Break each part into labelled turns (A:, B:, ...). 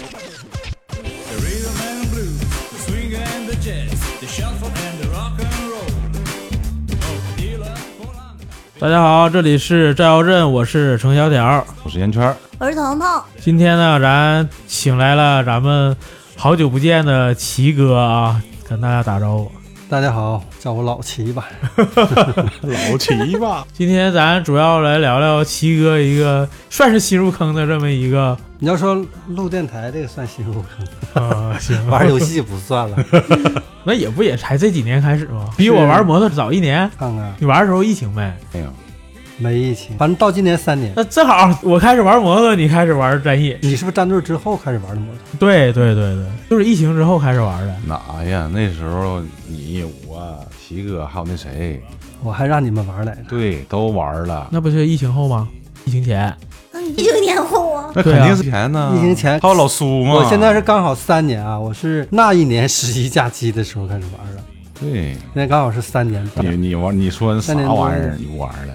A: The rhythm and blues, the swing and the jazz, the shuffle and the rock and roll. Oh, Dylan Polanka.
B: 大家好，这里是赵耀镇，我是程小条。
C: 我是烟圈儿，
D: 我是彤彤，
B: 今天呢，咱请来了咱们好久不见的齐哥啊，跟大家打招呼。
E: 大家好，叫我老齐吧。
C: 老齐吧，
B: 今天咱主要来聊聊齐哥一个算是新入坑的这么一 个，
E: 你要说录电台这个算新入坑，
B: 啊，行吧
E: 玩游戏不算了。
B: 那也不也才这几年开始吗？比我玩摩托早一年。
E: 看看
B: 你玩的时候疫情没？
C: 哎呀，
E: 没疫情，反正到今年三年，
B: 那正好我开始玩摩托，你开始玩战役。
E: 你是不是站队之后开始玩的摩托？
B: 对对对对，就是疫情之后开始玩的。
C: 哪呀？ 那时候你我齐哥还有那谁，
E: 我还让你们玩来着。
C: 对，都玩了。
B: 那不是疫情后吗？疫情前。
D: 那你一个年后啊，
C: 那
B: 对啊
C: 肯定是钱呢，
E: 疫情前
C: 还有老苏嘛。
E: 我现在是刚好三年啊，我是那一年十一假期的时候开始玩的，
C: 对
E: 现在刚好是三年
C: 你你玩你说啥
E: 三年多
C: 玩意儿？你不玩了？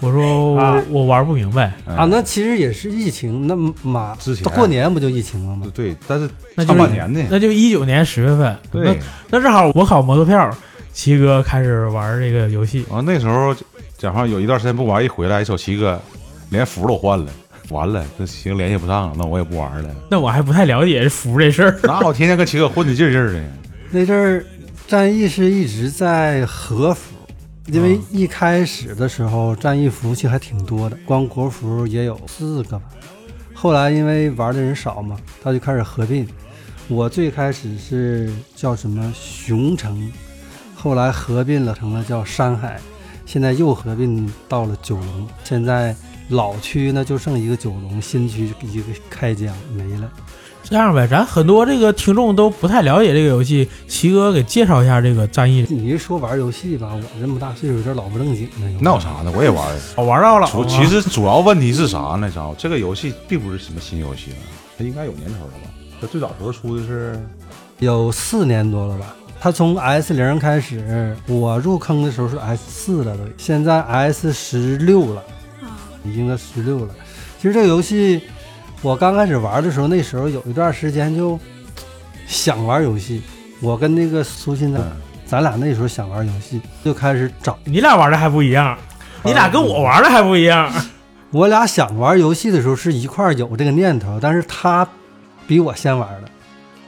B: 我说我、
E: 啊
B: 我玩不明白，
C: 嗯
E: 啊。那其实也是疫情，那马
C: 之前
E: 过年不就疫情了吗？
C: 对，但是
B: 那就
C: 上
B: 是
C: 半年呢？
B: 那就一九年十月份，
C: 对，
B: 那那正好我考摩托票，齐哥开始玩这个游戏，
C: 完哦那时候讲话有一段时间不玩，一回来一瞅齐哥连服都换了，完了这齐哥联系不上了，那我也不玩了。
B: 那我还不太了解服这事儿，
C: 哪有天天跟齐哥混的劲儿劲儿的？
E: 那阵儿战役是一直在和服，因为一开始的时候战役服务器还挺多的，光国服也有四个吧。后来因为玩的人少嘛，他就开始合并。我最开始是叫什么熊城，后来合并了成了叫山海，现在又合并到了九龙。现在老区呢就剩一个九龙，新区就一个开江没了。
B: 这样呗，咱很多这个听众都不太了解这个游戏，齐哥给介绍一下这个战役，
E: 你一说玩游戏吧，我这么大岁数有点老不正经了。有点
C: 闹啥呢？我也玩。
B: 我玩到了
C: 主
B: 吗
C: 其实主要问题是啥呢？知道这个游戏并不是什么新游戏了，它应该有年头了吧？它最早时候出的是
E: 有四年多了吧。它从 S 零开始，我入坑的时候是 S 四了都，现在 S 十六了，已经到十六了。其实这个游戏，我刚开始玩的时候，那时候有一段时间就想玩游戏。我跟那个苏鑫咱、咱俩那时候想玩游戏，就开始找。
B: 你俩玩的还不一样，你俩跟我玩的还不一样，
E: 我俩想玩游戏的时候是一块儿有这个念头，但是他比我先玩的，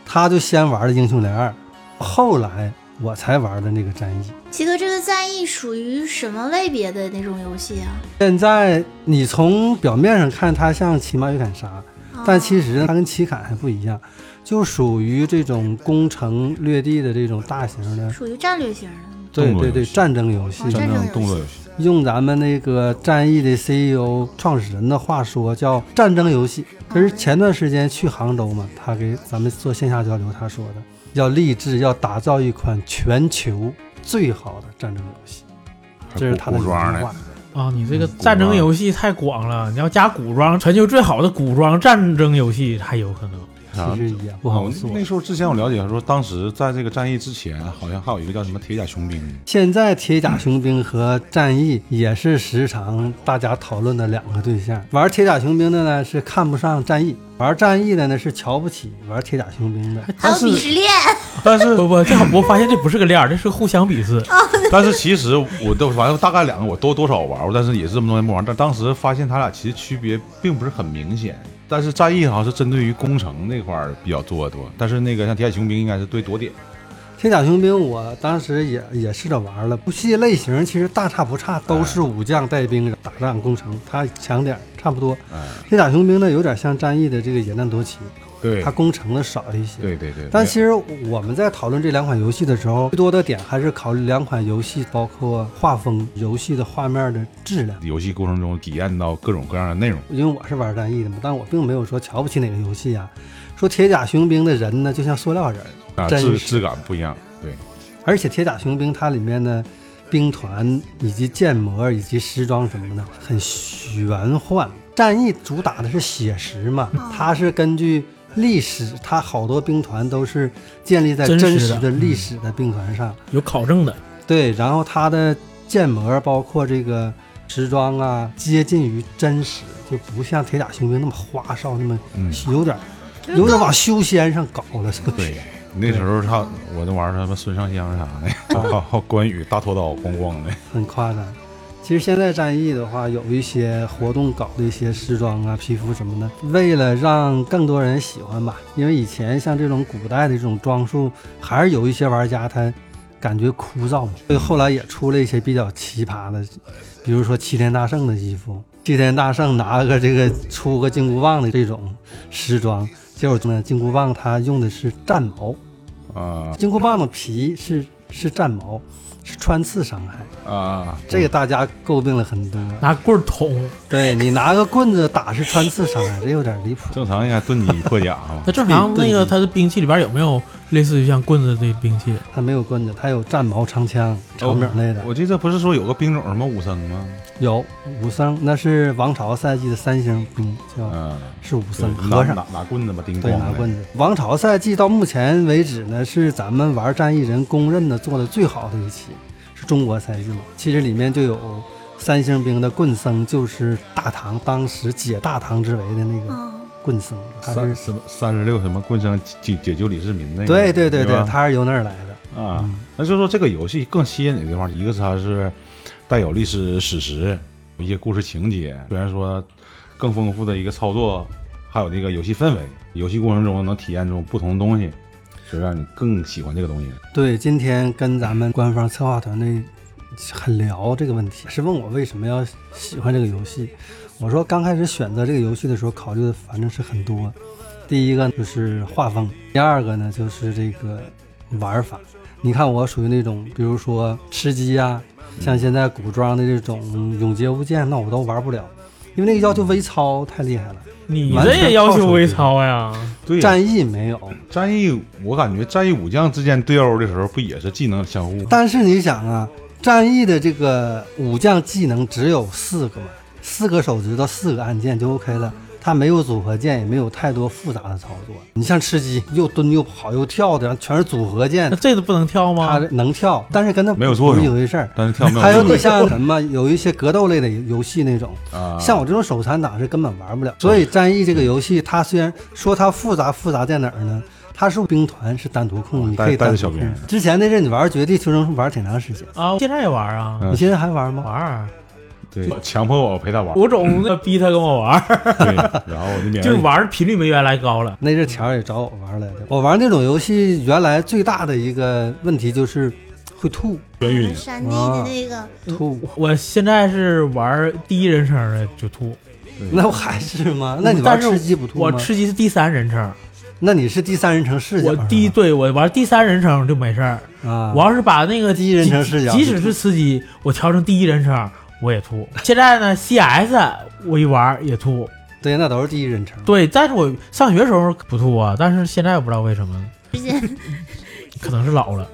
E: 他就先玩的英雄联二，后来我才玩的那个战役。
D: 齐哥，这个战役属于什么类别的那种游戏啊？
E: 现在你从表面上看，它像骑马与砍杀，但其
D: 实
E: 实呢，它跟骑砍还不一样，就属于这种攻城略地的这种大型的，
D: 哦属于战略型的，
E: 对对
C: 动作游
E: 对，
C: 戏
E: 战争游戏
D: 哦。战争游戏
C: 动作游戏，
E: 用咱们那个战役的 CEO 创始人的话说，叫战争游戏。可是前段时间去杭州嘛，他给咱们做线下交流，他说的要立志要打造一款全球最好的战争游戏，这是他的
C: 古
E: 原
C: 装
E: 话
C: 的。。
B: 啊，你这个战争游戏太广了，你要加古装，全球最好的古装战争游戏还有可能。
C: 啥
E: 其实哦也不好
C: 我
E: 做。
C: 哦那时候之前我了解说，当时在这个战役之前，啊好像还有一个叫什么铁甲雄兵，
E: 现在铁甲雄兵和战役也是时常大家讨论的两个对象。玩铁甲雄兵的呢是看不上战役，玩战役的呢是瞧不起玩铁甲雄兵的。
D: 还有
C: 但是
D: 鄙视链，
B: 但是不不，这我发现这不是个链儿，这是互相鄙视。
C: 但是其实我都反正大概两个我都多少玩过，但是也是这么多年不玩。但当时发现他俩其实区别并不是很明显。但是战役好像是针对于攻城那块儿比较做得多，但是那个像铁甲雄兵应该是对躲点。
E: 铁甲雄兵我当时也也试着玩了，游戏类型其实大差不
C: 哎
E: 差，都是武将带兵打仗攻城，它强点儿差不多。
C: 哎，
E: 铁甲雄兵呢有点像战役的这个野战夺旗，
C: 对
E: 它攻城的少一些。
C: 对对对。
E: 但其实我们在讨论这两款游戏的时候，最多的点还是考虑两款游戏包括画风、游戏的画面的质量。
C: 游戏过程中体验到各种各样的内容。
E: 因为我是玩战役的嘛，但我并没有说瞧不起哪个游戏啊。说铁甲雄兵的人呢，就像塑料人儿，
C: 啊，
E: 真
C: 质
E: 是
C: 质感不一样。对，
E: 而且铁甲雄兵它里面的兵团以及建模以及时装什么的很玄幻。战役主打的是写实嘛，它是根据历史，它好多兵团都是建立在
B: 真实的嗯
E: 真实的历史的兵团上。
B: 有考证的，
E: 对，然后它的建模包括这个时装啊接近于真实，就不像铁甲雄兵那么花哨，那么
C: 嗯
E: 有点有点往修仙上搞了，是不是？
C: 对，那时候他我那玩意儿他妈孙尚香啥的，
E: 啊
C: 还有关羽大拖刀咣咣的，
E: 很夸张。其实现在战役的话，有一些活动搞的一些时装啊、皮肤什么的，为了让更多人喜欢吧，因为以前像这种古代的这种装束，还是有一些玩家他感觉枯燥嘛，所以后来也出了一些比较奇葩的，比如说齐天大圣的衣服，齐天大圣拿个这个出个金箍棒的这种时装，结果呢，金箍棒他用的是战矛，
C: 啊
E: 金箍棒的皮是是战矛，是穿刺伤害。
C: 啊，
E: 这个大家诟病了很多。
B: 拿棍儿捅，
E: 对你拿个棍子打是穿刺伤害，这有点离谱。
C: 正常应该盾你破甲嘛
B: 那，正常
E: 对
B: 那
E: 对
B: 个
E: 对
B: 他的兵器里边有没有类似于像棍子的兵器？
E: 他没有棍子，他有战矛、长枪、长柄类的。
C: 我记得不是说有个兵种什么武僧吗？
E: 有武僧，那是王朝赛季的三星兵，叫、
C: 嗯，
E: 是哦武僧
C: 就是
E: 和
C: 拿
E: 尚。
C: 拿拿棍子吧，叮咣
E: 对，拿
C: 的，
E: 棍子。王朝赛季到目前为止呢，是咱们玩战役人公认的做的最好的一期，是中国赛季嘛。其实里面就有三星兵的棍僧，就是大唐当时解大唐之围的那个
D: 嗯，
E: 棍僧，他
C: 三
E: 是
C: 什么三十六什么棍僧解解救李世民那个，
E: 对对对对
C: 吧，
E: 他是由那儿来的。
C: 啊，那就是说这个游戏更吸引你的地方，一个是它是带有历史史实、有一些故事情节，虽然说更丰富的一个操作，还有那个游戏氛围，游戏过程中能体验出不同的东西，就让你更喜欢这个东西。
E: 对，今天跟咱们官方策划团队很聊这个问题，是问我为什么要喜欢这个游戏。我说刚开始选择这个游戏的时候，考虑的反正是很多。第一个就是画风，第二个呢就是这个玩法。你看我属于那种，比如说吃鸡呀、像现在古装的这种永劫无间，那我都玩不了，因为那个要求微操太厉害了。
B: 你
E: 完
B: 这
E: 全
B: 也要
E: 靠手
B: 求
E: 机
B: 微操啊呀？
C: 对战
E: 战役没有，
C: 战役，我感觉战役武将之间对殴的时候，不也是技能相互？
E: 但是你想啊，战役的这个武将技能只有四个嘛，四个手指头，四个按键就 OK 了。它没有组合键，也没有太多复杂的操作。你像吃鸡，又蹲又跑又跳的，然后全是组合 键
B: 那，这个不能跳
E: 它
B: 吗？
E: 能跳，但是跟它
C: 没有作用
E: 不是一回事儿。
C: 但是跳没
E: 还有
C: 有用
E: 你像什么，有一些格斗类的游戏那种，
C: 啊，
E: 像我这种手残党是根本玩不了。所以战役这个游戏，它虽然说它复杂，复杂在哪儿呢？它是兵团，是单独控，你可以
C: 带带着
E: 单
C: 小
E: 独
C: 兵
E: 控。之前那阵你玩绝地求生是玩挺长时间，
B: 啊，现在也玩啊，
C: 嗯
E: 你现在还玩吗？
B: 玩儿，
C: 对强迫我陪他玩，
B: 我
E: 嗯
B: 总那逼他跟我玩 儿，
C: 对，然后我就免
B: 就是
C: 了
B: 玩儿频率没原来高了。
E: 那阵条儿也找我玩来的。我玩那种游戏，原来最大的一个问题就是会吐
C: 眩晕，
D: 山地的那个，
B: 嗯
E: 吐。
B: 我现在是玩儿第一人称的就吐，
E: 那不还是吗？那你玩
B: 但是
E: 吃鸡不吐吗？
B: 我吃鸡是第三人称，
E: 那你是第三人称视角
B: 我
E: 是吧，
B: 第一对我玩第三人称就没事儿。
E: 啊，
B: 我要是把那个
E: 第一人称视角
B: 即即使是吃鸡，我调成第一人称我也吐。现在呢，CS 我一玩儿也吐。
E: 对，那都是第一人称。
B: 对，但是我上学时候不吐啊，但是现在我不知道为什么，
D: 之前
B: 可能是老了。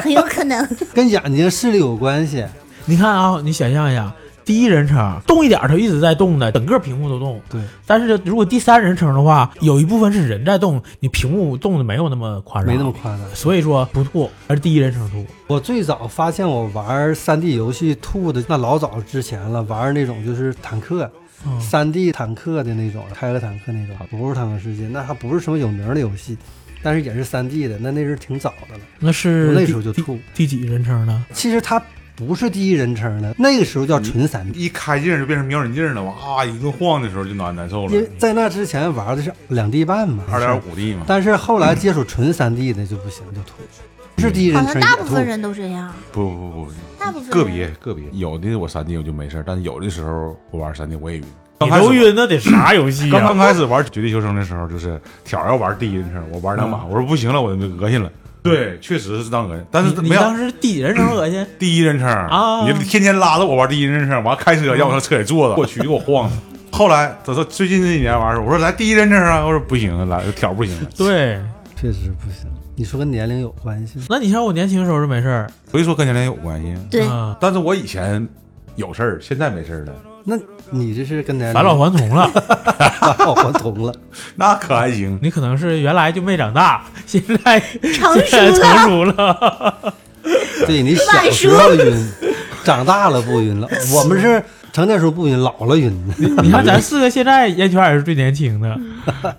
D: 很有可能。
E: 跟眼睛视力有关系。
B: 你看啊，你想象一下，第一人称动一点，它一直在动的，整个屏幕都动。
E: 对，
B: 但是如果第三人称的话，有一部分是人在动，你屏幕动的没有那么夸张，
E: 没那么夸张。
B: 所以说不吐，而第一人称吐。
E: 我最早发现我玩三 D 游戏吐的，那老早之前了，玩那种就是坦克，
B: 嗯
E: 三 D 坦克的那种，开个坦克那种，不是坦克世界，那还不是什么有名的游戏，但是也是三 D 的，那那是挺早的了。
B: 那
E: 我
B: 是
E: 那时候就
B: 第
E: 吐。
B: 第第几人称呢？
E: 其实它不是第一人称的，那个时候叫纯三 D，
C: 一开镜就变成瞄准镜了，哇，一顿晃的时候就难难受
E: 因
C: 了
E: 为，在那之前玩的是两 D 半嘛，
C: 二点
E: 是。
C: 五 D 嘛，
E: 但是后来接触纯三 D 的就不行，就吐，不是第一人
D: 好
E: 称
D: 像
E: 也
D: 嗯大部分
E: 吐。
D: 人都这样，
C: 不不不不，
D: 大部分
C: 个
D: 人
C: 别个别，有的我三 D 我就没事儿，但是有的时候我玩三 D 我也晕。刚
B: 你
C: 开
B: 都
C: 始
B: 晕，那得啥游戏啊
C: 刚
B: 呀
C: 刚、开始玩《绝地求生》的时候，就是挑要玩第一人称，我玩两把，我说不行了，我就恶心了。对，确实是当恶心，但是
B: 你你
C: 没
B: 当
C: 有
B: 时第几人称恶心？
C: 第一人称
B: 啊
C: 你天天拉着我玩第一人称，完开车让我上车里坐着，给我去给我晃。后来等到最近这几年玩的时候，我说来第一人称啊，我说不行，来挑不行了。
B: 对，
E: 确实不行。你说跟年龄有关系吗？
B: 那你像我年轻时候就没事儿，
C: 所以说跟年龄有关系，
D: 对，
B: 啊，
C: 但是我以前有事儿，现在没事儿了，
E: 那你这是跟年龄
B: 返老还童了。
E: 返老 还童了。
C: 那可还行。
B: 你可能是原来就没长大，现在
D: 成熟
B: 现在
D: 了
B: 成熟了。
E: 对你小时候晕，长大了不晕了，我们是成年时候不晕，老了晕。
B: 你 看咱四个现在烟圈也是最年轻的，
D: 嗯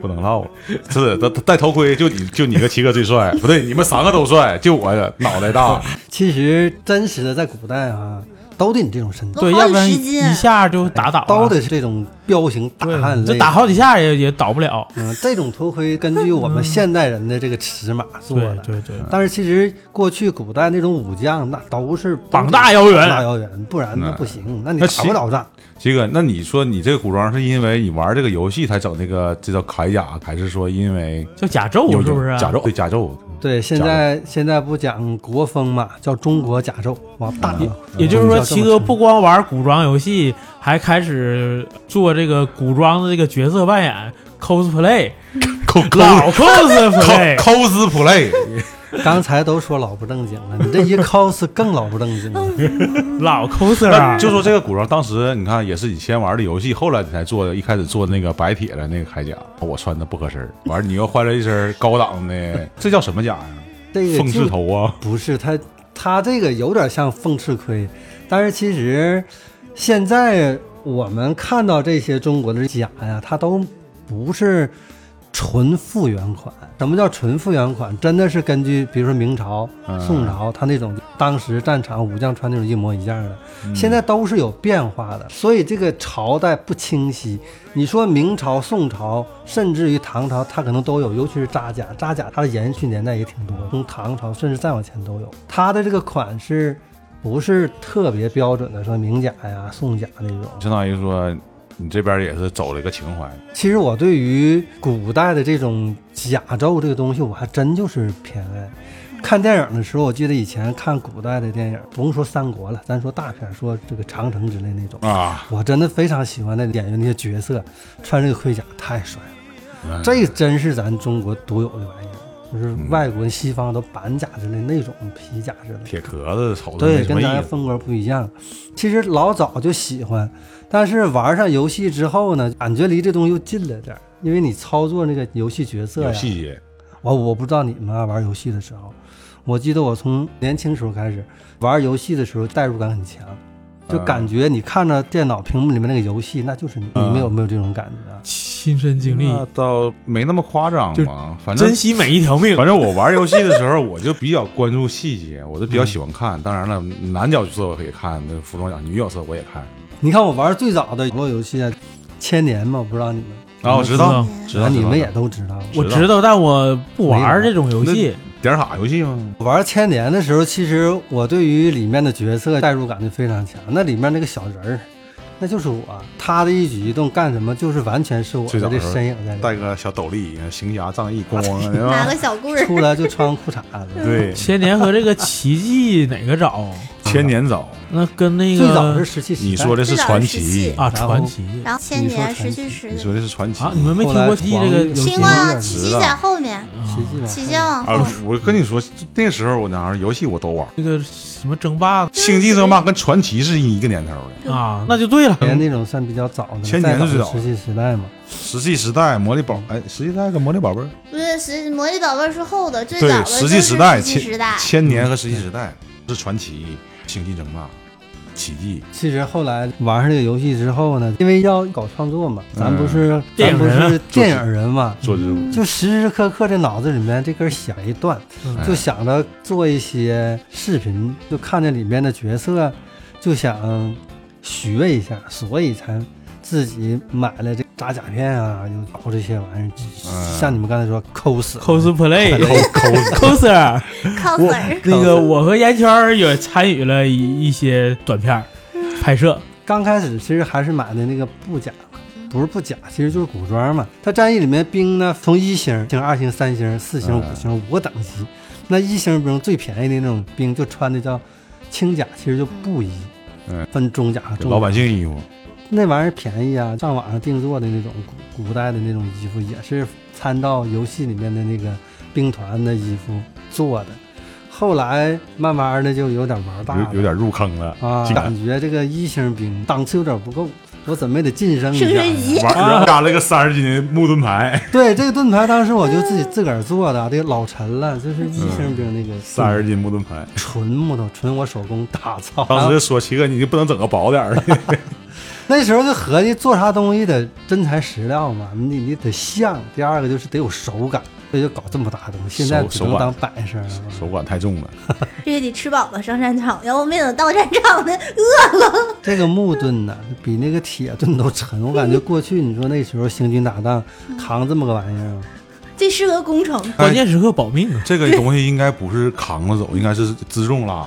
C: 不能唠了。是，他他戴头盔就你就你和七哥最帅，不对，你们三个都帅，就我脑 袋大。
E: 其实真实的在古代啊，都得你这种身
D: 都
E: 段，
B: 对，
D: 好几
B: 要不然
D: 十斤
B: 一下就打倒了，
E: 都得是这种彪形大
B: 对
E: 汉类
B: 这打好几下也也倒不了。
E: 嗯，这种头盔根据我们现代人的这个尺码做
B: 对
E: 的。
B: 对对，
E: 但是其实过去古代那种武将，那都是
B: 膀大腰圆
E: 膀大腰圆，不然那不行，那你
C: 那
E: 打
C: 其
E: 不倒仗。
C: 七哥，那你说你这个古装是因为你玩这个游戏才整这个这叫铠甲，还是说因为
B: 叫甲胄
C: 有
B: 是不是啊？
C: 甲胄？对，甲胄。
E: 对，现
C: 甲胄
E: 在现在不讲国风嘛，叫中国甲胄，往大了。
B: 也就是说，
E: 嗯叫这么
B: 七哥
E: 称
B: 不光玩古装游戏，还开始做这个古装的这个角色扮演 cosplay，
C: 扣扣
B: 老
C: 扣
B: cosplay，
C: cosplay，
E: 刚才都说老不正经了，你这一 cos 更老不正经了。
B: 老 coser
C: 那
B: 啊，
C: 就说这个古装当时你看也是你先玩的游戏，后来你才做的，一开始做那个白铁的那个铠甲，我穿的不合身儿，完了你又换了一身高档的，这叫什么甲呀、
E: 这个
C: 凤翅
E: 就
C: 头啊，
E: 不是它，它这个有点像凤翅盔，但是其实现在我们看到这些中国的甲呀，它都不是纯复原款。什么叫纯复原款？真的是根据比如说明朝、
C: 嗯
E: 宋朝，它那种当时战场武将穿那种一模一样的，
C: 嗯
E: 现在都是有变化的。所以这个朝代不清晰。你说明朝、宋朝，甚至于唐朝，它可能都有，尤其是扎甲，扎甲它的延续年代也挺多，从唐朝甚至再往前都有。它的这个款式不是特别标准的，说明甲呀、宋甲那种。
C: 相当于说你这边也是走了一个情怀。
E: 其实我对于古代的这种甲胄这个东西，我还真就是偏爱。看电影的时候，我记得以前看古代的电影，甭说三国了，咱说大片，说这个长城之类那种，
C: 啊，
E: 我真的非常喜欢那演员那些角色，穿这个盔甲太帅
C: 嗯
E: 了，这真是咱中国独有的玩意儿，就是外国人、西方都板甲之类那种皮甲之类的。
C: 铁壳子瞅着
E: 对，
C: 没什
E: 跟
C: 么
E: 咱
C: 意思。
E: 风格不一样。其实老早就喜欢，但是玩上游戏之后呢，感觉离这东西又近了点儿，因为你操作那个游戏角色
C: 有
E: 呀。
C: 细节，
E: 我我不知道你们啊玩游戏的时候，我记得我从年轻时候开始玩游戏的时候代入感很强，就
C: 啊
E: 感觉你看着电脑屏幕里面那个游戏，那就是你。
C: 嗯
E: 你们有没有这种感觉啊？
B: 亲身经历，
C: 那倒没那么夸张
B: 就
C: 吧。反正
B: 珍惜每一条命。
C: 反正我玩游戏的时候，我就比较关注细节，我就比较喜欢看。当然了，男角色我也看，那服装角、女角色我也看。
E: 你看我玩最早的网络游戏啊，千年嘛，我不知道你们，
C: 啊，我知道，知道，
E: 啊你们
C: 知
E: 也
C: 道
E: 都知道。
B: 我知道，但我不玩儿
E: 没有
B: 这种游戏。
C: 点卡游戏吗？
E: 玩千年的时候，其实我对于里面的角色代入感就非常强。那里面那个小人儿，那就是我，他的一举一动干什么，就是完全是我
C: 最早
E: 的
C: 的
E: 这
C: 时候
E: 身影在里
C: 戴
E: 面。
C: 个小斗笠，行侠仗义， 咣咣的，吧
D: 拿个小棍儿，
E: 出来就穿裤衩子。
C: 对，
B: 千年和这个奇迹哪个早？
C: 千年早。
E: 嗯
B: 那跟那
E: 最早是
B: 个
E: 石器时代，
C: 你说的是传奇，
B: 啊
E: 然后
B: 传奇
D: 然后千
E: 你说
D: 年
E: 传
D: 石器
E: 奇
D: 时
C: 你
D: 代，
C: 说的是传奇
B: 啊，你们没听
E: 后
B: 过
E: 来
B: 奇迹这个游戏
D: 听过
E: 黄历
B: 吗？
E: 有
D: 啊，
E: 点
D: 奇
C: 知
D: 迹
C: 道
D: 在后面，
E: 奇迹吧？
D: 奇迹往
C: 啊
D: 后，！
C: 我跟你说，那时候我哪儿游戏我都玩，《
B: 那个什么争霸
C: 星际争霸》跟《传奇》是一个年头的，
B: 啊，那就对了。
E: 千年哎那种算比较早的，
C: 嗯千
E: 再
C: 年
E: 早
C: 是
E: 是
C: 早
E: 石器时代嘛。
C: 《石器时代》《魔力宝》哎，《石器时代》跟《魔力宝贝》儿
D: 不是石魔力宝贝儿是后的，最
C: 对，
D: 早
C: 《
D: 的就
C: 石器
D: 是
C: 时代》
D: 石器时代
C: 千，千年和《石器时代》是传奇，《星际争霸》奇迹，
E: 其实后来玩上这个游戏之后呢，因为要搞创作嘛，咱不是、
B: 电
E: 咱
B: 影
E: 不
B: 人啊
E: 是电影人嘛，
C: 做这种
E: 就时时刻刻这脑子里面这根弦一断，
B: 嗯
E: 就想着做一些视频，就看见里面的角色，就想学一下，所以才自己买了这扎甲片啊，又搞这些玩意儿，
C: 嗯
E: 像你们刚才说抠死
B: cosplay
C: 抠抠
B: coser，
D: 靠粉儿，
B: 那个我和烟圈儿也参与了一一些短片儿拍摄，
E: 刚开始其实还是买的那个布甲，不是布甲，其实就是古装嘛。它战役里面兵呢，从一星、星、二星、三星、四星、
C: 嗯
E: 五星五个等级。那一星兵最便宜的那种兵，就穿的叫轻甲，其实就布衣，
C: 嗯，
E: 分中甲和重甲。
C: 老百姓衣服，
E: 那玩意儿便宜啊，上网上定做的那种古古代的那种衣服，也是参照游戏里面的那个兵团的衣服做的。后来慢慢的就有点玩大了，
C: 有有点入坑了
E: 啊，
C: 进来
E: 感觉这个一星兵档次有点不够，我怎么也得晋升一
D: 升
E: 下
D: 升。级，
C: 玩
B: 啊
C: 然后加了个三十斤木盾牌，
E: 对，这个盾牌当时我就自己自个儿做的，这个老沉了，就是一星兵那个
C: 三十斤木盾牌。
B: 嗯
E: 纯木头，纯我手工打造。啊
C: 当时就说七哥，你就不能整个薄点儿的？
E: 那时候就合计做啥东西得真材实料嘛，你你得像，第二个就是得有手感，所以就搞这么大的东西。现在
C: 手
E: 只
C: 手
E: 能
C: 感
E: 当摆设了嘛。
C: 手感太重了，
D: 这也得吃饱了上战场，要不没等到战场呢， 饿。
E: 这个木盾呢，比那个铁盾都沉。我感觉过去你说那时候行军打仗扛这么个玩 意儿，
D: 最适合工程，
E: 哎
B: 关键时刻保命啊！
C: 这个东西应该不是扛着走，应该是自重拉。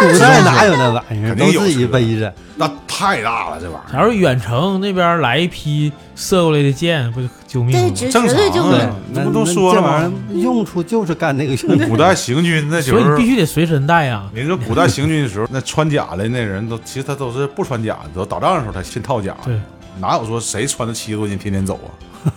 E: 古代哪有那玩意儿，
C: 肯
E: 都
C: 定有
E: 自己背着。
C: 那太大了，这玩意
B: 假如远程那边来一批射过来的箭，不就救命
D: 这
B: 了吗？
D: 绝
C: 正
D: 绝
C: 常
D: 对就
C: 啊
D: 没有，
E: 对
C: 这
E: 那
C: 不都说了
E: 那这玩
C: 吗
E: 意儿用处就是 干那个用
C: 儿。
E: 途。
C: 古代行军那时
B: 所以
C: 候
B: 你必，须得随身带啊！
C: 你说古代行军的时候， 那穿甲的那人都，其实他都是不穿甲的，都打仗的时候才先套甲。
B: 对，
C: 哪有说谁穿着七十多斤天天走啊？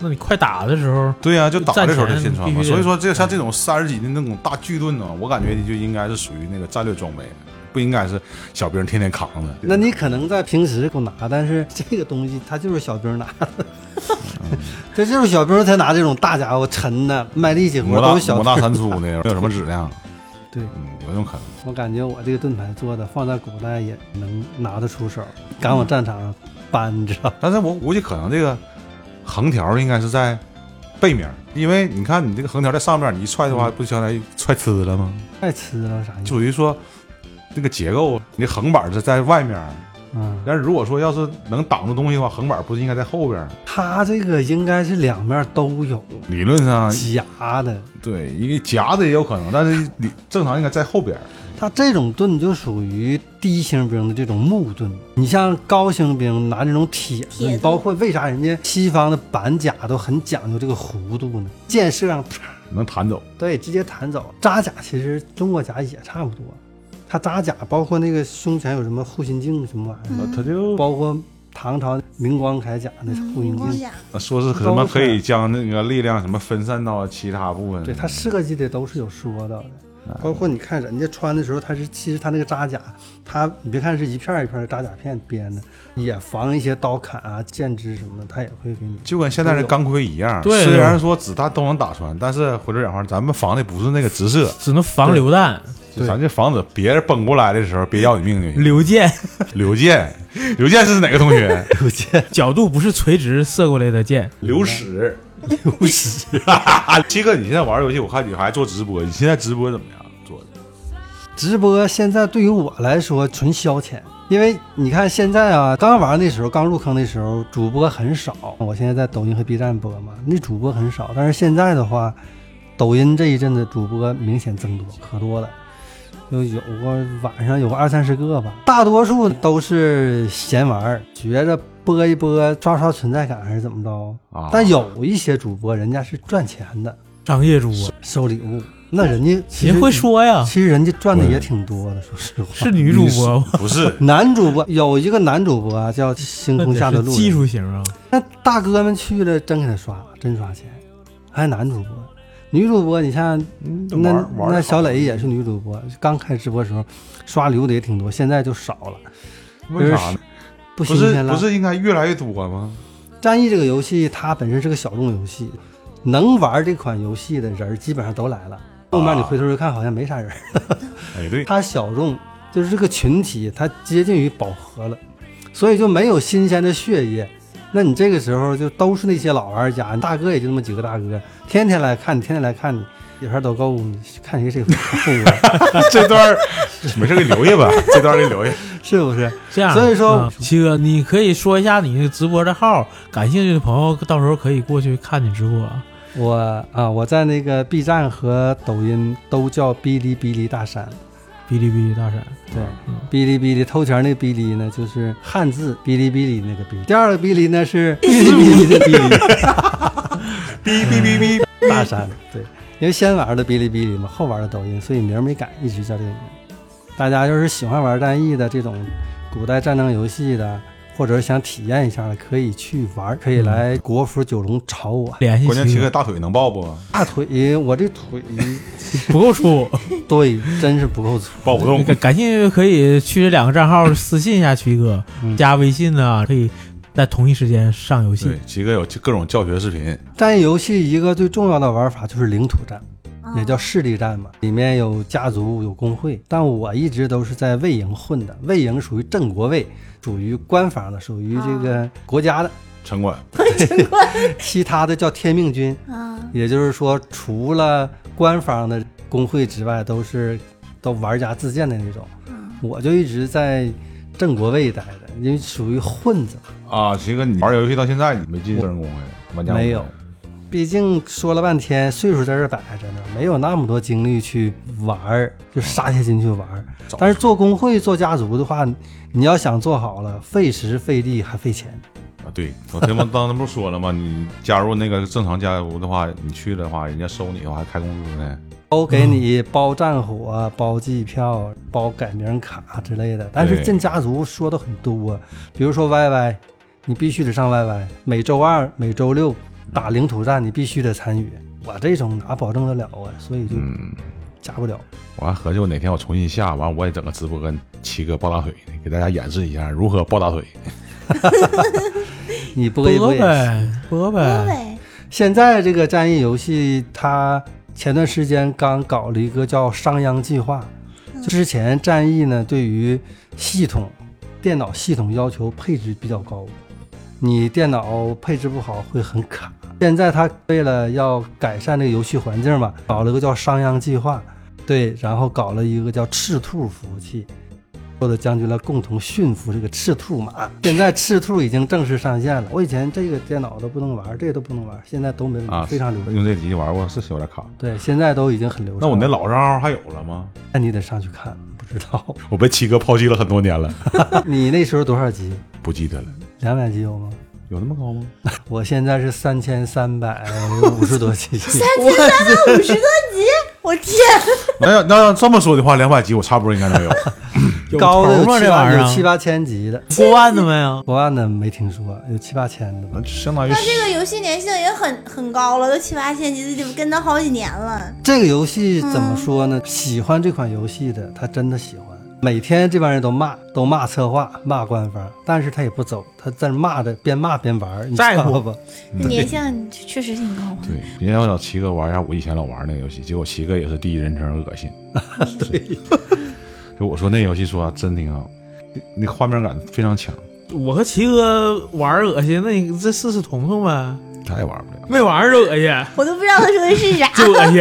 B: 那你快打的时候，
C: 对呀、就打的时候就先穿嘛。
B: 必须得
C: 所以说，这像这种三十几的那种大巨盾呢，我感觉就应该是属于那个战略装备，不应该是小兵天天扛的。
E: 那你可能在平时给我拿，但是这个东西它就是小兵拿的，
C: 嗯
E: 这就是小兵才拿这种大家伙沉的卖力气活
C: 磨
E: 都
C: 大
E: 是小
C: 磨
E: 兵。
C: 大三粗的，没 有什么质量。
E: 对
C: 嗯，有那种可能。
E: 我感觉我这个盾牌做的放在古代也能拿得出手，敢往战场上搬，你知道吗？
C: 但是我估计可能这个横条应该是在背面，因为你看你这个横条在上面，你一踹的话，不相当于踹呲了吗？
E: 爱吃了啥意思
C: 就？属于说那个结构，你这横板是在外面，
E: 嗯，
C: 但是如果说要是能挡住东西的话，横板不是应该在后边？
E: 它这个应该是两面都有
C: 理论上
E: 夹的，
C: 对，因为夹的也有可能，但是你正常应该在后边。
E: 它这种盾就属于低星兵的这种木盾。你像高星兵拿这种铁
D: 铁
E: 盾，
D: 盾
E: 包括为啥人家西方的板甲都很讲究这个弧度呢？箭射上，啪
C: 能弹走，
E: 对，直接弹走。扎甲其实中国甲也差不多，它扎甲包括那个胸前有什么护心镜什么玩意儿，
C: 他就
E: 包括唐朝明光铠甲那护心
D: 嗯光
E: 镜，
D: 甲
C: 说是什么可以将那个力量什么分散到其他部分。
E: 对它设计的都是有说道的。包括你看人家穿的时候，它是其实它那个扎甲，它你别看是一片儿一片儿的扎甲片编的，也防一些刀砍啊、剑枝什么的，它也会给你。
C: 就跟现在的钢盔一样，
B: 对
C: 虽然说子弹都能打穿，但是回头讲话，咱们防的不是那个直射，
B: 只能防榴弹、
C: 就咱就防止别人崩过来的时候别要你命就行。
B: 榴箭，
C: 刘健，刘健是哪个同学？
E: 有剑
B: 角度不是垂直射过来的箭。
C: 刘史，刘史。七哥，你现在玩游戏，我看你还做直播，你现在直播怎么样做的？
E: 直播现在对于我来说纯消遣，因为你看现在啊，刚玩那时候，刚入坑的时候，主播很少。我现在在抖音和 B 站播嘛，那主播很少。但是现在的话，抖音这一阵子主播明显增多，可多了，就有个晚上有个二三十个吧，大多数都是闲玩儿，觉着播一播刷刷存在感还是怎么着。
C: 啊
E: 但有一些主播人家是赚钱的，
B: 商业主播，
E: 收礼物，那人家其
B: 谁
E: 实
B: 会说呀？
C: 啊
E: 其实人家赚的也挺多的，说实话。
B: 是女主播吗？
C: 不 是
E: 男主播有一个男主播啊叫星空下的
B: 那
E: 路
B: 得
E: 人
B: 是技，术型啊，
E: 那大哥们去了真给他刷，真刷钱。还男主播，女主播你像那
C: 玩玩得
E: 那
C: 好
E: 小磊也是女主播，刚开直播的时候刷礼物的也挺多，现在就少了，
C: 为啥呢？
E: 不
C: 不
E: 新
C: 是
E: 鲜了。
C: 不是应该越来越多吗？
E: 战役这个游戏它本身是个小众游戏，能玩这款游戏的人儿基本上都来了。后面你回头一看，好像没啥人儿。
C: 哎，对，
E: 它小众，就是这个群体，它接近于饱和了，所以就没有新鲜的血液。那你这个时候就都是那些老玩家，大哥也就那么几个大哥，天天来看你，天天来看你，有啥都够你看谁谁富啊，
C: 这段儿没事给留下吧，这段儿给留下。
E: 是不是？
B: 这样。
E: 所以说
B: 啊七哥，你可以说一下你那直播的号，感兴趣的朋友到时候可以过去看你直播啊。
E: 我啊，我在那个 B 站和抖音都叫哔哩哔哩大山，
B: 哔哩哔哩大神，
E: 对，哔哩哔哩偷钱儿那哔哩呢，就是汉字哔哩哔哩那个哔哩，第二个哔哩呢是 哔哩哔哩的哔 哩。
C: 哔哔哔哔，
E: 大山，对，因为先玩的哔哩哔哩嘛，后玩的抖音，所以名儿没改，一直叫这个名儿。大家要是喜欢玩战役的这种古代战争游戏的，或者想体验一下的，可以去玩儿，可以来国服九龙找我。
B: 联系
C: 关键
B: 起
C: 秦哥大腿能抱不？
E: 大腿，我这腿，
B: 不够粗，
E: 对，真是不够粗。
C: 抱不动。
B: 感 感兴趣可以去这两个账号私信一下曲哥，
E: 嗯
B: 加微信呢，可以在同一时间上游戏
C: 对，，奇哥有各种教学视频，
E: 战役游戏一个最重要的玩法就是领土战，
D: 嗯
E: 也叫势力战嘛，里面有家族有工会，但我一直都是在魏营混的，魏营属于镇国卫，属于官方的，属于这个国家的，
C: 城管
E: 其他的叫天命军，
D: 嗯，
E: 也就是说除了官方的工会之外，都是都玩家自建的那种。我就一直在镇国卫待着，因为属于混子，
C: 啊，奇哥，你玩游戏到现在你没进个人工会、玩家工会
E: 没有，毕竟说了半天，岁数在这儿摆着呢，没有那么多精力去玩儿，就杀下心去玩儿。但是做工会、做家族的话，你要想做好了，费时费力还费钱。
C: 啊？对，我他妈当时不是说了吗？你加入那个正常家族的话，你去的话，人家收你的话还开工资呢。
E: 包给你包战火、包机票、包改名卡之类的，但是
C: 对
E: 进家族说的很多，啊比如说 YY，你必须得上 YY，每周二、每周六打领土战，你必须得参与。我这种哪保证得了啊？所以就加不了。
C: 我还合计我哪天我重新下，完我也整个直播跟七哥抱大腿呢，给大家演示一下如何抱大腿。
E: 你播一播
B: 播
E: 也行
B: 呗，播
C: 哎
D: 多
B: 呗，
D: 呗，
E: 现在这个战役游戏，它前段时间刚搞了一个叫“商鞅计划”。之前战役呢，对于系统、电脑系统要求配置比较高，你电脑配置不好会很卡。现在它为了要改善这个游戏环境嘛，搞了个叫“商鞅计划”，对，然后搞了一个叫“赤兔”服务器。所有的将军来共同驯服这个赤兔马。现在赤兔已经正式上线了。我以前这个电脑都不能玩，这个都不能玩，现在都没问题，
C: 啊，
E: 非常流畅。
C: 用这机器玩过是有点卡。
E: 对，现在都已经很流畅。
C: 那我那，老账号还有了吗？
E: 那你得上去看，不知道
C: 我被七哥抛弃了很多年 了，
E: 你那时候多少级？
C: 不记得了。
E: 两百级有吗？
C: 有那么高吗？
E: 我现在是三千三百五十多级，
D: 啊五十多级， 我天，
C: 那要那要这么说的话，两百级我差不多应该能有。
B: 有
E: 高的有
B: 头吗？
E: 七
B: 这
E: 八
B: 玩意
E: 有七
B: 儿啊
E: 八千级的，
B: 过万的没有？
E: 国万的没听说，有七八千的吧
B: 嗯
C: 那？就相当于
D: 那这个游戏粘性也很很高了，都七八千级，就跟他好几年了。
E: 这个游戏怎么说呢？喜欢这款游戏的，他真的喜欢。每天这帮人都骂，都骂策划，骂官方，但是他也不走，他在骂着，边骂边玩儿，你
B: 在乎
E: 知道不？
D: 粘性确实挺高的。
C: 嗯对，人家要找七哥玩一下我以前老玩那个游戏，结果七哥也是第一人称恶 心。对， 就我说那游戏说啊、真挺好，那那画面感非常强，
B: 我和齐哥玩儿恶心，那你这试试彤彤呗，
C: 他也玩不了。
B: 没玩儿就恶 心，
D: 我都不知道他说的是啥。
B: 就恶心。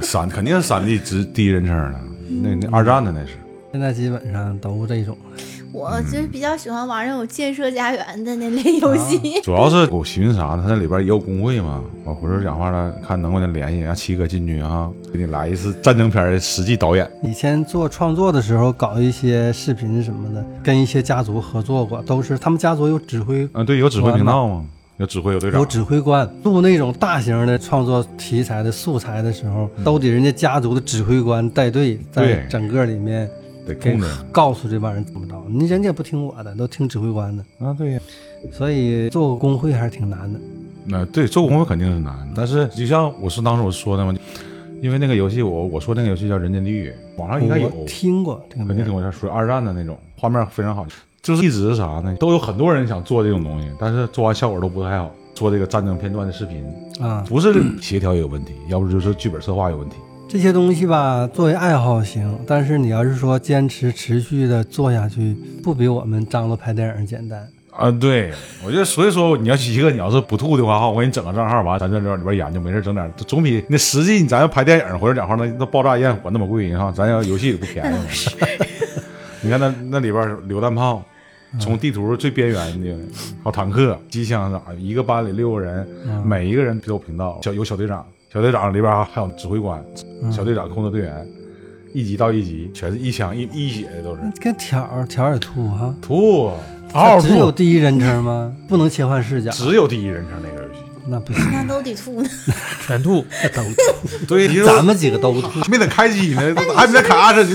C: 三肯定是三 D 直第一人称的，那那二战的那是。
E: 现在基本上都这种了。
D: 我就是比较喜欢玩那种建设家园的那类游戏。
C: 主要是我寻思啥呢？他那里边也有工会嘛，我回头讲话了，看能不能联系，让七哥进去啊，给你来一次战争片的实际导演。
E: 以前做创作的时候，搞一些视频什么的，跟一些家族合作过，都是他们家族有指挥，
C: 啊，对，有指挥频道吗？有指挥，有队长，
E: 有指挥官。录那种大型的创作题材的素材的时候，都得人家家族的指挥官带队，在
C: 嗯对
E: 整个里面
C: 得
E: 给
C: 控制。
E: 告诉这帮人怎么着，你人家也不听我的，都听指挥官的，
C: 啊，对呀、
E: 所以做个工会还是挺难的。
C: 那啊对做工会肯定是难，但是就像我是当时我说的嘛，因为那个游戏我我说那个游戏叫《人间地狱》，网上应该有，
E: 我听过这个
C: 肯定
E: 名
C: 听
E: 儿，
C: 过，属于二战的那种，画面非常好。就是一直是啥呢？都有很多人想做这种东西，但是做完效果都不太好。做这个战争片段的视频，
E: 啊，
C: 不是协调有问题，要不就是剧本策划有问题。
E: 这些东西吧，作为爱好行，但是你要是说坚持持续的做下去，不比我们张罗拍电影简单。
C: 啊，对，我觉得所以说你要一个你要是不吐的话，我给你整个账号完，咱在这里边研究，没事整点，总比那实际你咱要拍电影或者讲话那那爆炸焰火那么贵，你看咱要游戏也不便宜。 你看那那里边榴弹炮，从地图最边缘的，还有坦克、机枪啥，一个班里六个人，每一个人都有频道，小有小队长，小队长里边还还有指挥官，小队长控制队员，一级到一级全是一枪一一血的都是
E: 跟条儿条儿也啊吐哈，
C: 吐，
E: 它只有第一人称吗？不能切换视角，
C: 只有第一人称那个游戏。
E: 那不行，
D: 那都得吐呢。
B: 全吐。
C: 对，你
E: 咱们几个都吐。
C: 没等开机呢，还没在卡着，你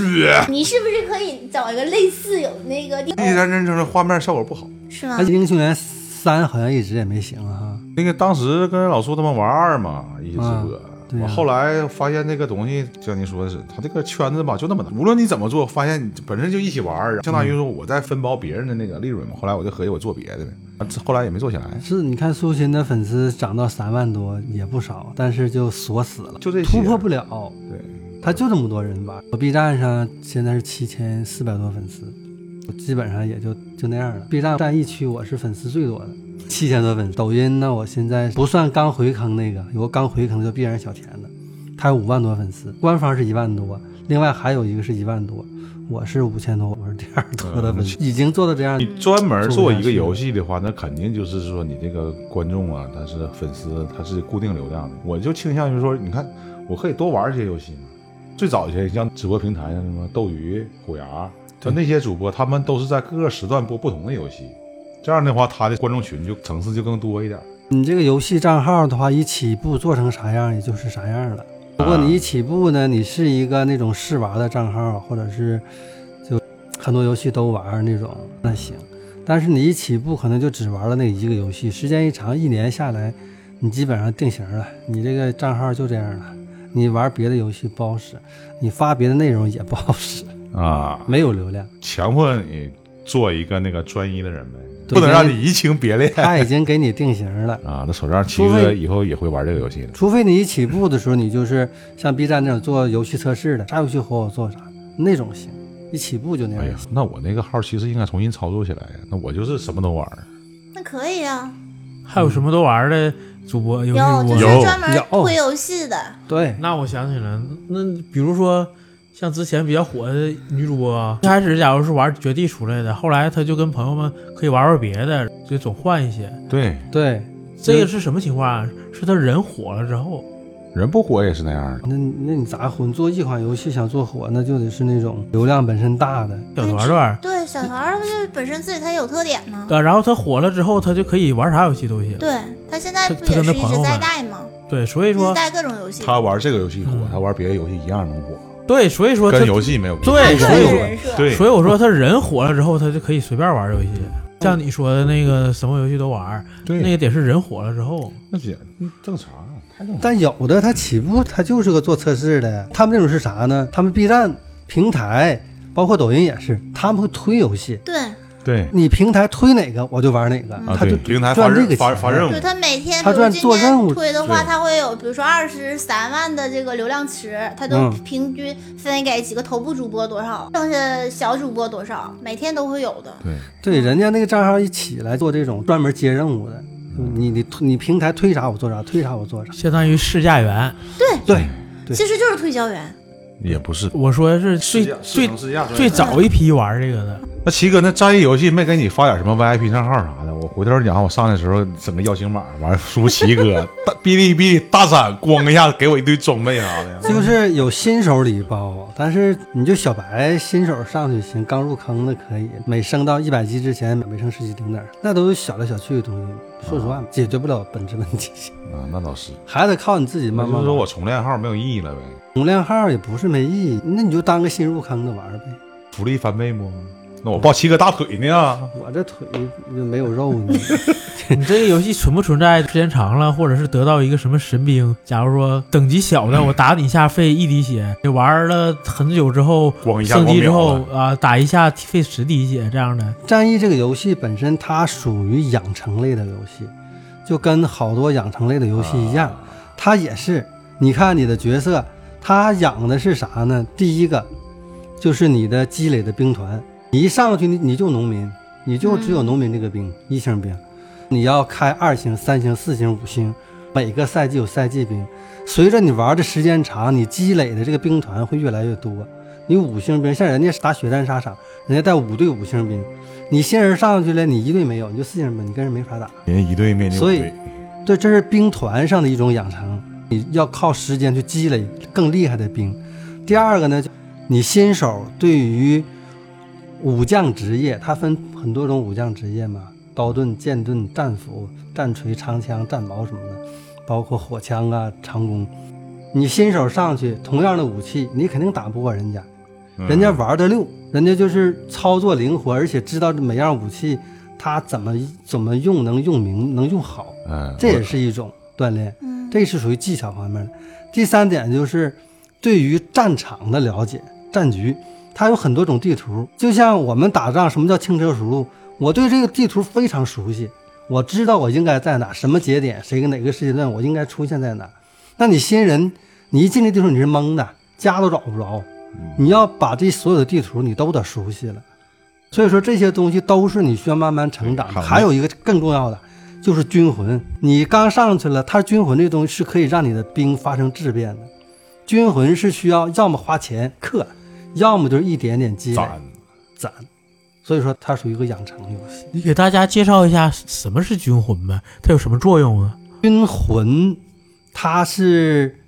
D: 你是不是可以找一个类似有那个地
C: 第三人称的画面效果不好。
D: 是吗
E: 而？且英雄联三好像一直也没行啊
C: 那个当时跟老苏他们玩二嘛，一直直播。
E: 对啊
C: 我后来发现这个东西，就像您说的是，它这个圈子吧，就那么大。无论你怎么做，发现你本身就一起玩儿，相当于说我在分包别人的那个利润嘛。后来我就合计我做别的呗，啊这后来也没做起来。
E: 哈。是，你看苏秦的粉丝涨到三万多也不少，但是就锁死了，
C: 就这些
E: 突破不了。
C: 对，
E: 他就这么多人玩。我 B 站上现在是七千四百多粉丝，我基本上也就就那样了。B 站战役区我是粉丝最多的，七千多粉丝。抖音呢，我现在不算刚回坑那个，有个刚回坑就必然是小甜的，他有五万多粉丝，官方是一万多，另外还有一个是一万多，我是五千多，我是第二多的粉
C: 嗯
E: 丝，已经做到这样
C: 你。专门做一个游戏的话，那肯定就是说你这个观众啊，他是粉丝，他是固定流量的。我就倾向于说，你看，我可以多玩一些游戏嘛。最早以前像直播平台像什么斗鱼、虎牙，就那些主播，他们都是在各个时段播不同的游戏。这样的话，他的观众群就层次就更多一点。
E: 你这个游戏账号的话，一起步做成啥样，也就是啥样了。如果你一起步呢，你是一个那种试玩的账号，或者是就很多游戏都玩儿那种，那行。但是你一起步可能就只玩了那一个游戏，时间一长，一年下来，你基本上定型了，你这个账号就这样了。你玩别的游戏不好使，你发别的内容也不好使，
C: 啊，
E: 没有流量。
C: 强迫你做一个那个专一的人呗，
E: 对
C: 不能让你移情别恋
E: 他已经给你定型了。
C: 啊。那手上七
E: 除
C: 哥
E: 非
C: 以后也会玩这个游戏的。
E: 除非你一起步的时候，你就是像 B 站那种做游戏测试的，啥游戏火我做啥那种行，一起步就那样。
C: 哎呀，那我那个号其实应该重新操作起来呀。那我就是什么都玩儿，
D: 那可以啊，
B: 还有什么都玩的主播游戏
D: 有
B: 主
D: 就
B: 播
D: 是
C: 有
D: 专门
E: 有
D: 推游戏的，
E: 对，
B: 那我想起来，那比如说像之前比较火的女主播啊，一开始假如是玩绝地出来的，后来她就跟朋友们可以玩玩别的，就总换一些。
C: 对，
E: 对，
B: 这个是什么情况啊？是她人火了之后，
C: 人不火也是那样的。
E: 那那你咋混？做一款游戏想做火，那就得是那种流量本身大的。
B: 小团团，
D: 对小孩儿他就本身自己他有特点嘛。
B: 呃，然后她火了之后，她就可以玩啥游戏都行。
D: 对他现在
B: 他
D: 不
B: 他
D: 也
B: 跟
D: 是
B: 他
D: 一
B: 朋
D: 直
B: 友
D: 在
B: 们
D: 带吗？
B: 对，所以
D: 一直
B: 说，
D: 带各种游戏，
C: 他玩这个游戏火
B: 嗯，
C: 他玩别的游戏一样能火，
B: 对，所以说她
C: 跟游戏没有关
B: 对，
C: 系。
B: 嗯
D: 个
B: 所以
D: 人
B: 说
D: 人设。
C: 对，
B: 所以我说他人火了之后，他就可以随便玩游戏。像你说的那个什么游戏都玩儿，
C: 对
B: 那个得是人火了之后，
C: 那姐正常，啊太正常。
E: 但有的他起步他就是个做测试的，他们这种是啥呢？他们 B 站平台，包括抖音也是，他们会推游戏，
D: 对
C: 对
E: 你平台推哪个我就玩哪个，
C: 啊，
E: 他
C: 对
E: 就
C: 平台发
E: 赚这
C: 任
E: 个
C: 发
E: 钱
C: 发任务
D: 对，，他每天
E: 他
D: 比如
E: 赚
D: 今
E: 做任务
D: 天推的话，
C: 对
D: 他会有比如说二十三万的这个流量池，他都
E: 嗯
D: 平均分给几个头部主播多少，剩下小主播多少，每天都会有的。
C: 对
E: 对，人家那个账号一起来做这种专门接任务的，你你推你平台推啥我做啥，推啥我做啥。
B: 相当于试驾员。
E: 对，对
D: 其实就是推销员，
C: 也不是
B: 我说是最最
C: 试驾
B: 最早一批玩这个 的，
C: 那齐哥，那战役游戏没给你发点什么 VIP 账号啥的？我回头讲，我上来的时候整个邀请码，完了输齐 哥，大哔哩哔哩大闪咣一下子给我一堆装备啥的呀。
E: 就是有新手礼包，但是你就小白新手上去行，刚入坑的可以，每升到一百级之前每升十级顶点儿，那都是小来小去的东西，说实话解决不了本质问题，
C: 啊，那倒是，
E: 还得靠你自己
C: 那
E: 慢慢
C: 就是
E: 玩。
C: 说我重练号没有意义了呗，
E: 容量号也不是没意义，那你就当个新入坑的玩儿呗。
C: 福利翻倍不？那我抱齐哥大腿呢？
E: 我这腿就没有肉呢，
B: 你这个游戏存不存在时间长了，或者是得到一个什么神兵？假如说等级小的，我打你一下费一滴血，你玩了很久之后
C: 咣一下
B: 升级之
C: 光
B: 后
C: 秒
B: 啊、打一下费十滴血这样的，
E: 战役这个游戏本身它属于养成类的游戏，就跟好多养成类的游戏一样，它也是。你看你的角色，它养的是啥呢？第一个就是你的积累的兵团，你一上去你你就农民，你就只有农民这个兵，一星兵，你要开二星、三星、四星、五星，每个赛季有赛季兵。随着你玩的时间长，你积累的这个兵团会越来越多。你五星兵，像人家打血战沙场，人家带五队五星兵，你新人上去了，你一队没有，你就四星兵，你跟人没法打。
C: 人家一队面对
E: 所以对，这是兵团上的一种养成，你要靠时间去积累更厉害的兵。第二个呢，就你新手对于武将职业，它分很多种武将职业嘛，刀盾、剑盾、战斧、战锤、长枪、战矛什么的，包括火枪啊、长弓。你新手上去，同样的武器，你肯定打不过人家，人家玩得溜，人家就是操作灵活，而且知道每样武器他怎么怎么用，能用明，能用好。
C: 嗯，
E: 这也是一种锻炼，
D: 嗯
E: 这是属于技巧方面的。第三点就是对于战场的了解，战局它有很多种地图，就像我们打仗，什么叫轻车熟路？我对这个地图非常熟悉，我知道我应该在哪，什么节点，谁跟哪个时间段，我应该出现在哪。那你新人，你一进这地图你是懵的，家都找不着，你要把这所有的地图你都得熟悉了。所以说这些东西都是你需要慢慢成长的。
C: 对好
E: 还有一个更重要的就是军魂，你刚上去了，它军魂这东西是可以让你的兵发生质变的。军魂是需要要么花钱氪，要么就是一点点积累
C: 攒
E: 攒，所以说它属于一个养成游戏。
B: 你给大家介绍一下什么是军魂呗，它有什么作用呢？
E: 军魂，它是，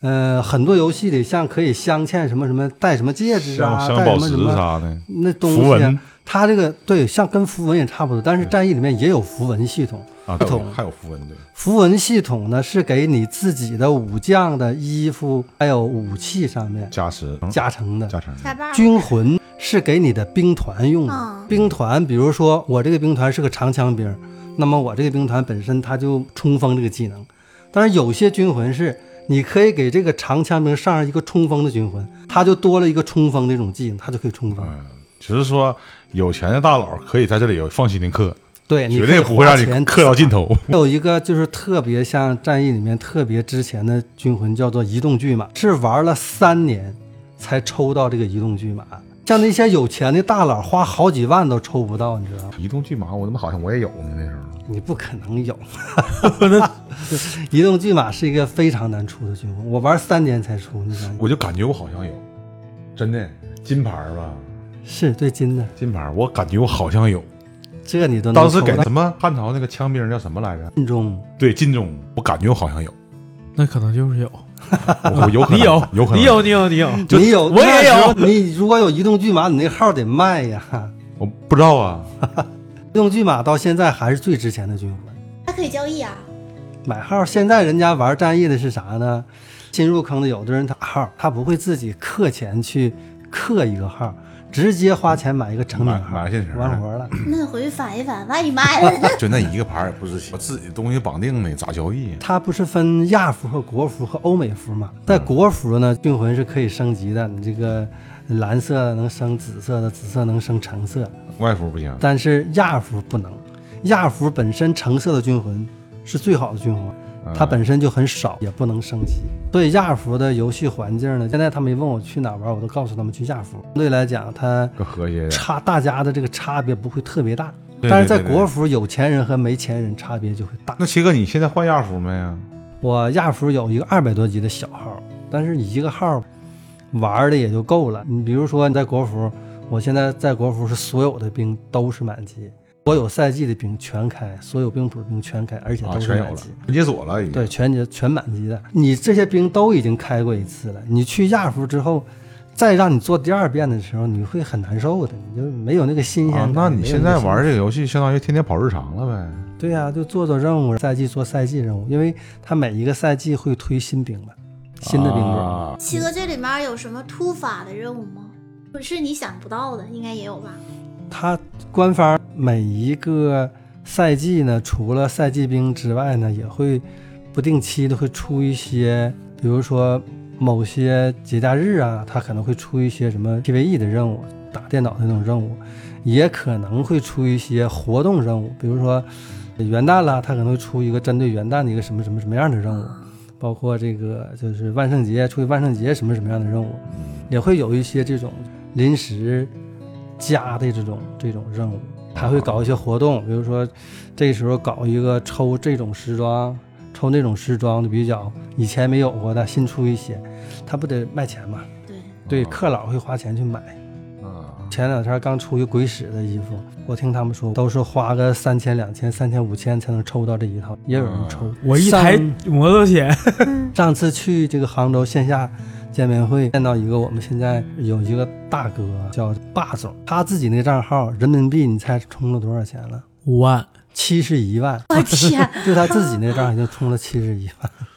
E: 呃，很多游戏里像可以镶嵌什么什么，戴什么戒指
C: 像
E: 啊，
C: 像
E: 戴
C: 宝
E: 什么
C: 石
E: 什么
C: 啥的，
E: 那东
C: 符
E: 西啊
C: 文，
E: 它这个对，像跟符文也差不多，但是战役里面也有符文系统。
C: 啊，
E: 不
C: 对
E: 同
C: 还有符文对，
E: 符文系统呢是给你自己的武将的衣服还有武器上面
C: 加持
E: 加成的。
C: 加成
D: 下班儿
E: 军魂是给你的兵团用的。
D: 啊
E: 兵团，比如说我这个兵团是个长枪兵，那么我这个兵团本身它就冲锋这个技能。但是有些军魂是你可以给这个长枪兵上上一个冲锋的军魂，它就多了一个冲锋这种技能，它就可以冲锋。
C: 嗯只是说有钱的大佬可以在这里有放心的氪，
E: 对，你
C: 绝
E: 可
C: 对
E: 以
C: 不会让
E: 花钱
C: 你氪到尽头。
E: 还 有一个就是特别像战役里面特别值钱的军魂，叫做移动巨马，是玩了三年才抽到这个移动巨马。像那些有钱的大佬，花好几万都抽不到，你知道吗？
C: 移动巨马，我他妈好像我也有呢，那时候
E: 你不可能有。移动巨马是一个非常难出的军魂，我玩三年才出，你知道吗？
C: 我就感觉我好像有，真的金牌吧，
E: 是对金的，
C: 金牌，我感觉我好像有。
E: 这你都能
C: 当时
E: 抽
C: 给
E: 到
C: 什么汉朝那个枪兵叫什么来着？
E: 暗中
C: 对，金钟，我感觉我好像有，
B: 那可能就是有，
C: 我我有可能
B: 你有，
C: 有可能
B: 你，有，你有，你有。
E: 你有
B: 我也有
E: 那时候你如果有移动巨马，你那号得卖呀。
C: 我不知道啊。
E: 移动巨马到现在还是最值钱的军魂。
D: 还可以交易啊，
E: 买号，现在人家玩战役的是啥呢？新入坑的有的人打号，他不会自己氪钱去氪一个号，直接花钱买一个成品号，
C: 买买现成的
E: 完活了。
D: 那回去翻一翻，万一卖了，
C: 就那一个牌也不值钱，我自己东西绑定的咋交易啊？
E: 它不是分亚服和国服和欧美服嘛？
C: 嗯
E: 在国服呢，军魂是可以升级的，你这个蓝色的能升紫色的，紫色能升橙色，
C: 外服不行，
E: 但是亚服不能。亚服本身橙色的军魂是最好的军魂，
C: 嗯
E: 它本身就很少，也不能升级。所以亚服的游戏环境呢，现在他们也问我去哪玩，我都告诉他们去亚服。相对来讲，它
C: 更和谐点。
E: 差大家的这个差别不会特别大，
C: 对
E: 但是在
C: 对对
E: 国服有钱人和没钱人差别就会大。
C: 那七哥，你现在换亚服没啊？
E: 我亚服有一个二百多级的小号，但是你一个号玩的也就够了。你比如说你在国服，我现在在国服是所有的兵都是满级，所有赛季的兵全开，所有兵谱兵全开，而且
C: 啊，
E: 都
C: 全
E: 是
C: 有
E: 满
C: 了
E: 级。，
C: 解锁了已经。
E: 对，全级全满级的，你这些兵都已经开过一次了。你去亚服之后，再让你做第二遍的时候，你会很难受的，你就没有那个新鲜
C: 啊
E: 感。，
C: 那你
E: 没有
C: 现
E: 个
C: 在
E: 新鲜
C: 玩这个游戏，相当于天天跑日常了呗？
E: 对呀、就做做任务，赛季做赛季任务，因为他每一个赛季会推新兵嘛，新的兵种。
C: 啊
D: 七哥这里面有什么突发的任务吗？不是你想不到的，应该也有吧？
E: 他官方每一个赛季呢，除了赛季兵之外呢，也会不定期的会出一些，比如说某些节假日啊，他可能会出一些什么 PVE 的任务，打电脑的那种任务，也可能会出一些活动任务，比如说元旦啦，他可能会出一个针对元旦的一个什么什么什么样的任务。包括这个就是万圣节，出去万圣节什么什么样的任务，也会有一些这种临时加的这种这种任务，还会搞一些活动，比如说这时候搞一个抽这种时装，抽那种时装的比较以前没有过的，新出一些，他不得卖钱嘛？
D: 对，
E: 对，
C: 啊
E: 克老会花钱去买。
C: 啊，
E: 前两天刚出一鬼使的衣服，我听他们说都是花个三千、两千、三千、五千才能抽到这一套，也有人抽。
B: 我一台
E: 上
B: 摩托鞋，
E: 上次去这个杭州线下见面会，见到一个我们现在有一个大哥叫霸总，他自己那账号人民币，你猜充了多少钱了？
B: 五万，
E: 七十一万，
D: 我天，
E: 对他自己那账已经充了七十一万，
C: 啊